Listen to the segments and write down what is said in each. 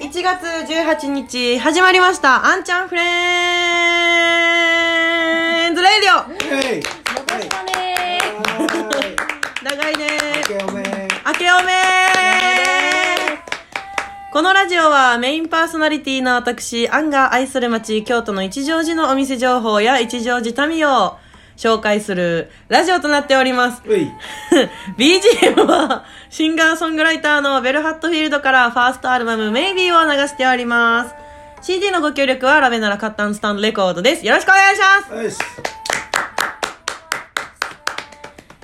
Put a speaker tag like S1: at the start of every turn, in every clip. S1: 7月18日始まりましたあんちゃんフレンズレディオ
S2: はい。
S3: 戻したねー
S1: 長いね
S2: オッケーおめ
S1: 明
S2: ー
S1: けおめこのラジオはメインパーソナリティの私、アンが愛する街、京都の一乗寺のお店情報や一乗寺民を紹介するラジオとなっております。
S2: うい。
S1: BGM はシンガーソングライターのベルハットフィールドからファーストアルバム Maybe を流しております。CD のご協力はラベナラカッタンスタンドレコードです。よろしくお願いします。
S2: よし。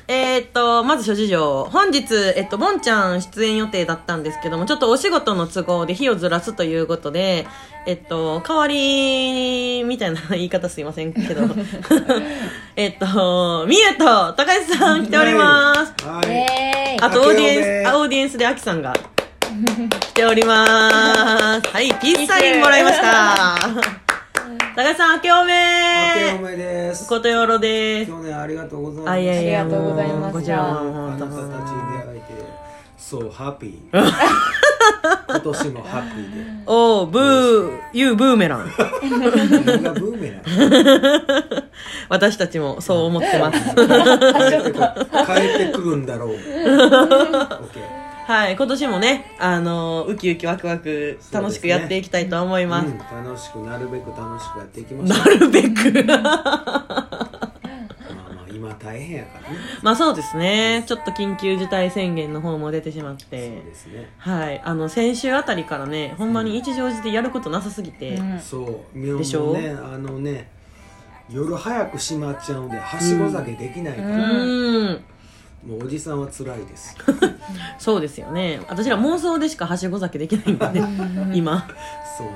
S1: えー、っと、まず諸事情。本日、えっと、ボンちゃん出演予定だったんですけども、ちょっとお仕事の都合で日をずらすということで、えっと、代わり、みたいな言い方すいませんけど、えっと、みゆと高橋さん来ております。
S2: は
S3: イ
S2: い。
S3: エ ー
S1: あとオーディエンス、
S2: 明けおめ
S1: あオーディエンスでアキさんが来ております。はい、ピースサインもらいました。高橋さん、明けお
S2: 明けお
S1: め
S2: めです。
S1: ことよろです。
S2: 去年ありがとうございます。
S1: あ、いやいや、
S3: ありがとうございました
S1: もこちら
S2: あ
S1: も
S2: な
S1: 本
S2: た
S1: 当
S2: たちに
S1: に。
S2: 出会えて、so happy。今年もハッピ
S1: おー、ブー、ユーブーメラン。
S2: ーで。みんなブーメラン。
S1: 私たちもそう思ってます。
S2: 帰ってくるんだろう。オッケー。
S1: はい、今年もね、あのー、ウキウキワクワク、楽しくやっていきたいと思いま
S2: う
S1: す。
S2: ん、楽しくなるべく楽しくやっていきましょ
S1: なるべく。
S2: う。まあまあ今大変やからね。
S1: まあそうですね。ちょっと緊急事態宣言の方も出てしまっ
S2: そう
S1: て。
S2: ですね。
S1: はい、あの先週あたりからねほんまに一乗寺でやることなさすぎて、
S3: うん
S2: そう、みょ
S1: でしょ
S2: もね、あのね、夜早く閉まっちゃうんで、はしご酒できないから。
S1: うーん、
S2: もうおじさんは辛 いです。
S1: そうですよね私ら妄想でしかはしご酒できないんだね今
S2: そう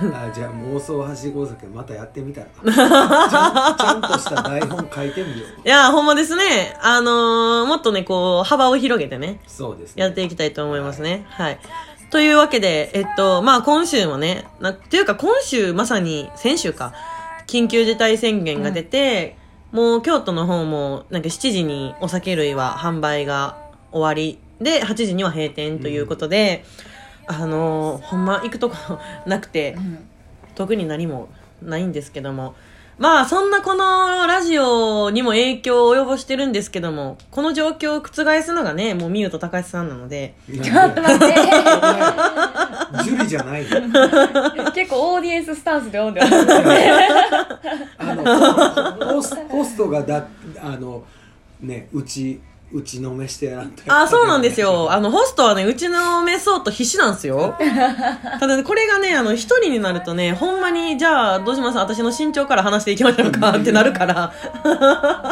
S2: ね。あじゃあ妄想はしご酒またやってみ たら。ちゃんちゃんとした台本書いてみよう。
S1: いやほんまですねあのーもっとねこう幅を広げてね
S2: そうですね。
S1: やっていきたいと思いますねはいというわけでえっとまあ今週もねなというか今週まさに先週か緊急事態宣言が出て、もう京都の方もなんか7時にお酒類は販売が終わりで8時には閉店ということで、あのーほんま行くとこなくて
S3: ん
S1: 特に何もないんですけどもまあそんなこのラジオにも影響を及ぼしてるんですけどもこの状況を覆すのがねもうみゆと高橋さんなので
S2: ちょっと待って。ジュリじゃないよ。
S3: 結構オーディエンススタンスで読んでます
S2: あのホスホストがだあのねうちうちのめしてやらんと。
S1: あ、そうなんですよ。あの、ホストはね、うちのメソート必死なんです よ。ただね、これがね、あの、一人になるとね、ほんまに、じゃあ、どうします私の身長から話していきましょうかってなるから。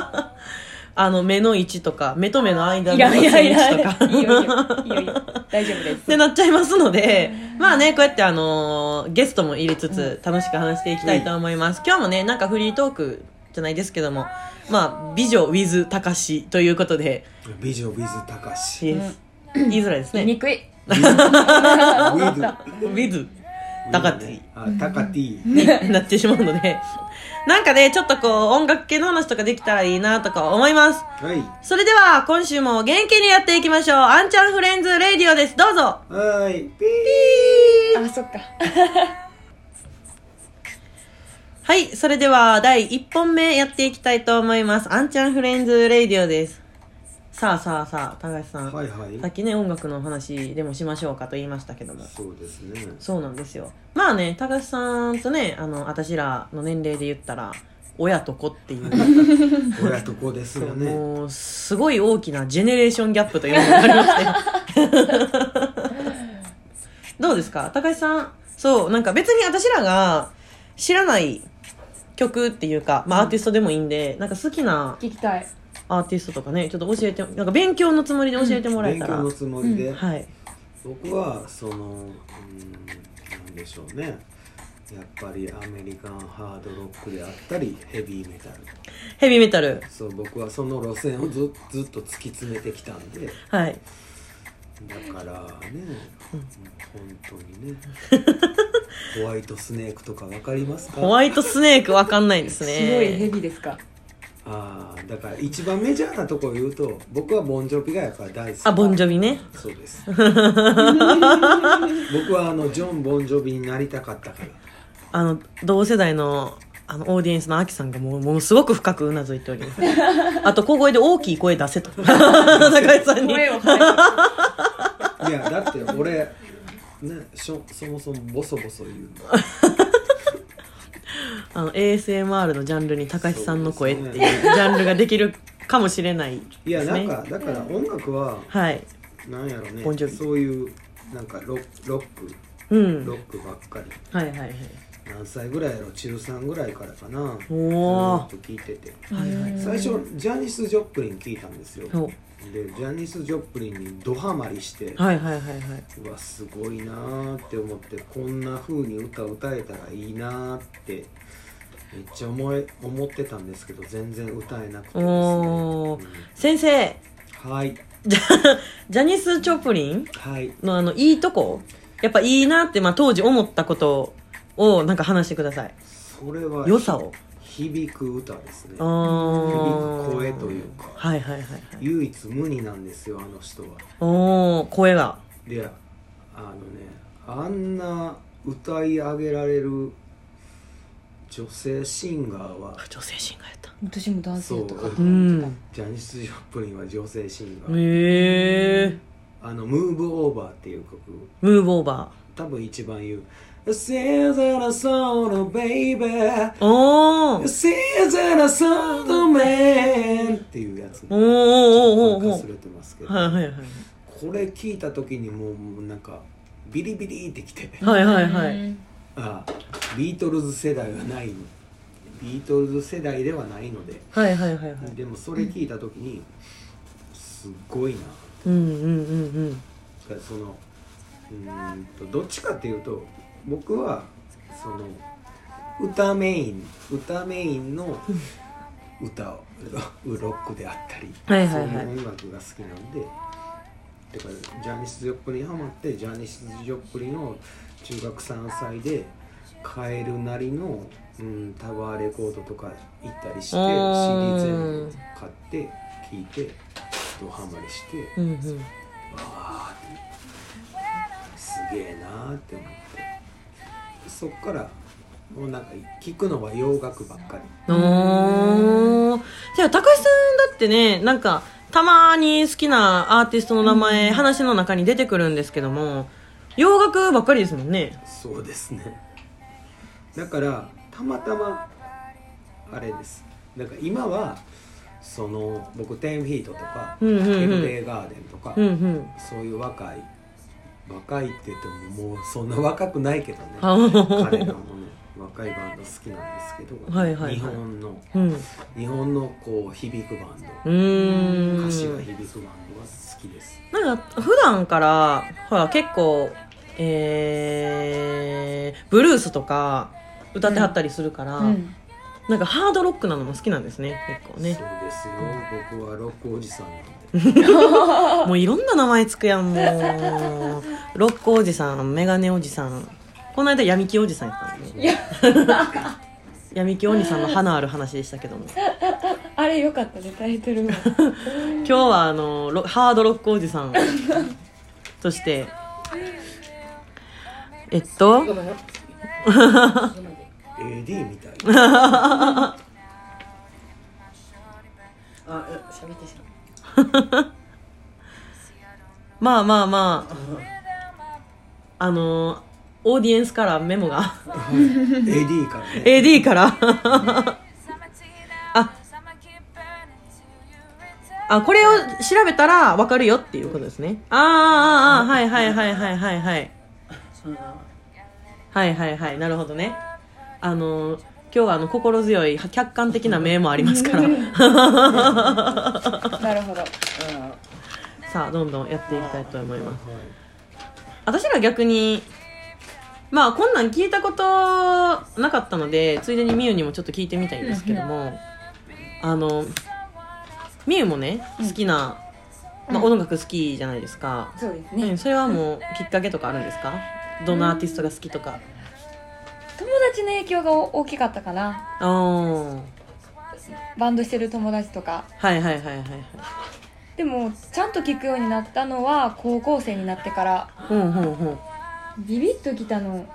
S1: あの、目の位置とか、目と目の間
S3: い
S1: の
S3: やい
S1: 位
S3: やいやい
S1: 置と
S3: や
S1: か。
S3: いいよいいよいいよいいよ大丈夫で
S1: っ
S3: す
S1: てなっちゃいますので、まあね、こうやってあのーゲストも入れつつ、楽しく話していきたいと思います。今日もね、なんかフリートークじゃないですけども、まあ、美女 with たかしということで、
S2: 美女ビズたかし。
S1: PS 言いづらいです
S3: 言
S1: ね
S3: い。にくい
S2: ビズ。ウィズ。
S1: with たかてぃ
S2: あたかてぃ
S1: になってしまうので、 なんかね、ちょっとこう、音楽系の話とかできたらいいなとか思います。
S2: はい。
S1: それでは、今週も元気にやっていきましょう。アンちゃんフレンズレディオです。どうぞ
S2: はい。ピ
S3: あそっか
S1: はい、それでは、第1本目やっていきたいと思います。アンちゃんフレンズレディオです。さあさあさあ、高橋さ
S2: ー。
S1: ん。
S2: はいはい
S1: さ。っきね、音楽の話でもしましょうかと言いましたけども。
S2: そうですね。
S1: そうなんですよ。まあね、高橋さんとね、あの、私らの年齢で言ったら、親と子っていう。
S2: 親と子ですよね。
S1: もうすごい大きなジェネレーションギャップというのがありましてどうですか高橋さんそうなんか別に私らが知らない曲っていうか、まあ、アーティストでもいいんで、なんか好きな
S3: 聞きたい
S1: アーティストとかねちょっと教えてなんか勉強のつもりで教えてもらえ
S2: 勉
S1: た
S2: 強
S1: ら、
S2: のつもりで、
S1: はい
S2: 僕はそのうんなんでしょうねやっぱりアメリカンハードロックであったりヘビーメタル
S1: ヘビーメタル
S2: そう僕はその路線をずずっと突き詰めてきたんで
S1: はい
S2: だからね、本当 にねホワイトスネークとかわかりますか
S1: ホワイトスネークわかんないです
S3: 白い
S1: ね
S3: 蛇ですか
S2: ああだから一番メジャーなとこを言うと僕はボンジョビがやっぱり大好き
S1: あ、ボンジョビね。
S2: そうです 僕はあのジョン・ボンジョビになりたかったから
S1: あの、同世代の、あの、オーディエンスのアキさんがもう、ものすごく深くうなずいております。 あと、小声で大きい声出せと。高井さんに。
S3: 声を変えて
S2: いやだって俺ねしょそもそもボソボソ言うの
S1: あの、ASMR のジャンルに高井さんの声っていうジャンルができるかもしれない
S2: い
S1: で
S2: や
S1: す
S2: なん
S1: ね。
S2: かだから音楽は
S1: はい。
S2: なんやろね
S1: ボンジョビ
S2: そういうなんかロロック
S1: うん。
S2: ロ
S1: はい
S2: ックばっかり、
S1: はいはい。
S2: 何歳ぐらいやろ中3ぐらいからかなず
S1: お
S2: ー
S1: ー
S2: っと聞いてて
S1: はいはい
S2: 最初ジャニス・ジョプリン聞いたんですよ
S1: お
S2: でジャニス・ジョプリンにドハマりして、
S1: はいはいはいはい。
S2: うわすごいなーって思ってこんな風に歌歌えたらいいなーってめっちゃ思い思ってたんですけど全然歌えなくてですね、
S1: おー先生、
S2: うんはい
S1: ジャニス・チョプリン
S2: はい
S1: のあの、いいとこやっぱいいなって、まあ、当時思ったことを、なんか話してください。
S2: それは
S1: 良さを。
S2: 響く歌ですね
S1: あー
S2: 響く声というか
S1: はいはいはいはい。
S2: 唯一無二なんですよあの人は
S1: おお声が
S2: であのねあんな歌い上げられる女性シンガーは
S1: 女性シンガーやった
S3: 私も男性とか
S2: そう
S1: うん
S2: ジャニス・ジョプリンは女性シンガー、
S1: へえ
S2: あの「ムーブ・オーバー」っていう曲
S1: ムーブオーバ
S2: 多分一番言う「Season a song, baby」
S1: ーおー
S2: Season a song, man っていうやつ
S1: おーおーおーおーお
S2: 忘
S1: ー
S2: れてますけど
S1: はいはい
S2: これ聞いた時にもうもうなんかビリビリってきて
S1: はいはいはいはい
S3: うん
S2: あビートルズ世代はないのビートルズ世代ではないので
S1: はいはいはいはい
S2: でもそれ聞いた時にすっごいな
S1: うんうんうんうん
S2: だからそのうーんとどっちかっていうと僕はその歌メイン歌メインの歌を ロロックであったり、
S1: はいはいはい
S2: その音楽が好きなんでだからジャニス・ジョプリンハマってジャニス・ジョプリンを中学3歳でカエルなりの、うん、タワーレコードとか行ったりして CD
S1: うん
S2: 全部買って聴いてドハマりして。
S1: うんうん
S2: わーすげえなーって思ってそっからもうなんか聞くのは洋楽ばっかり
S1: おーじゃあ高橋さんだってねなんかたまに好きなアーティストの名前、話の中に出てくるんですけども洋楽ばっかりですもんね
S2: そうですねだからたまたまあれですなんか今はその僕「テンフィート」とか「
S1: うんうんうん
S2: エブレイガーデン」とか、
S1: うんうん
S2: そういう若い若いって言ってももうそんな若くないけどね
S1: あ
S2: 彼らもね若いバンド好きなんですけど、
S1: はいはいはい
S2: 日本の
S1: うんう
S2: 日本のこう響くバンド
S1: ーん
S2: 歌詞が響くバンドが好きです
S1: なんか普段からほら結構えー、ブルースとか歌ってはったりするから、
S3: うん
S1: なんかハードロックなのも好きなんですね結構ね
S2: そうですよ僕はロックおじさんなんで
S1: もういろんな名前つくやんもう ロックおじさんメガネおじさんこの間闇木おじさんやったんでね
S3: いや
S1: 闇木おじさんの花ある話でしたけども
S3: あれ良かったねタイ トルが
S1: 今日はあのロハードロックおじさんとしてえっと
S2: AD みたいな
S4: あ、うん喋ってしまう
S1: まあまあまあ、あのーオーディエンスからメモが、
S2: AD からね
S1: AD から。あ、 あ、これを調べたらわかるよっていうことですね。あーあー、あーはいはいはいはいはいはい。はいはいはい、なるほどね。あのー今日はあの心強い客観的な目もありますから。
S3: なるほど
S1: さあ、どんどんやっていきたいと思います。
S2: はい
S1: 私ら逆にまあこんなん聞いたことなかったのでついでにみゆにもちょっと聞いてみたいんですけどもあのみゆもね好きな、まあ、音楽好きじゃないですか、
S3: そうです
S1: う
S3: ね
S1: ん、それはもうきっかけとかあるんですかどのアーティストが好きとか
S3: 友達の影響が大きかったかな
S1: あー
S3: バンドしてる友達とか
S1: はいはいはいはいはい
S3: でもちゃんと聞くようになったのは高校生になってから
S1: ほうほうほう
S3: ビビッときたの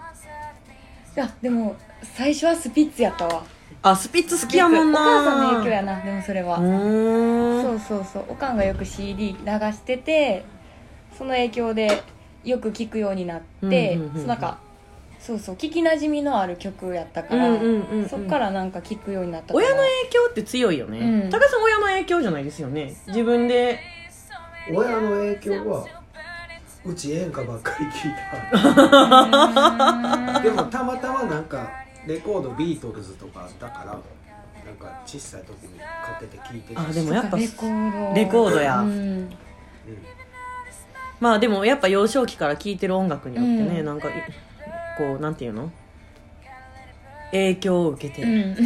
S3: いやでも最初はスピッツやったわ
S1: あスピッツ好きやもんな
S3: お母さんの影響やなでもそれは、
S1: うーん
S3: そうそうそうおかんがよく CD 流しててその影響でよく聴くようになって、
S1: うんうんうんうん
S3: そのなんかそうそう聞きなじみのある曲やったから、
S1: うんうんうんうん
S3: そっからなんか聴くようになったから
S1: 親の影響って強いよね、
S3: うん
S1: 高さん親の影響じゃないですよね自分で
S2: 親の影響はうち演歌ばっかり聞いたでもたまたまなんかレコードビートルズとかだからなんか小さい時に買ってて聞いてた
S1: あ
S2: し
S1: でもやっぱ
S3: レコード
S1: レコードや
S3: うん
S1: まあでもやっぱ幼少期から聴いてる音楽によってね、
S3: うん
S1: なんかいこうなんていうの影響を受けて
S3: う
S1: る、
S3: ん言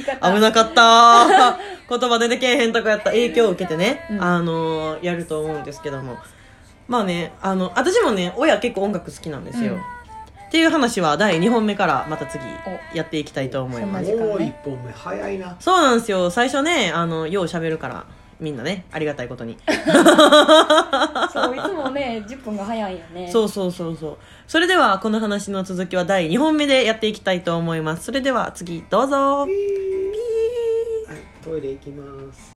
S3: い方
S1: 危なか ったー言葉出てけえへんとこやった影響を受けてね、
S3: うん
S1: あのーやると思うんですけどもまあねあの私もね親結構音楽好きなんですよ、
S3: うん
S1: っていう話は第2本目からまた次やっていきたいと思います
S3: そんな
S2: もう一本目早いな
S1: そうなんですよ。最初ね、あの、よう喋るから、みんなね、ありがたいことに。
S3: そういつもね10分が早いよね
S1: そうそうそうそう。それでは、この話の続きは第2本目でやっていきたいと思います。それでは、次、どうぞ。
S2: はいトイレ行きます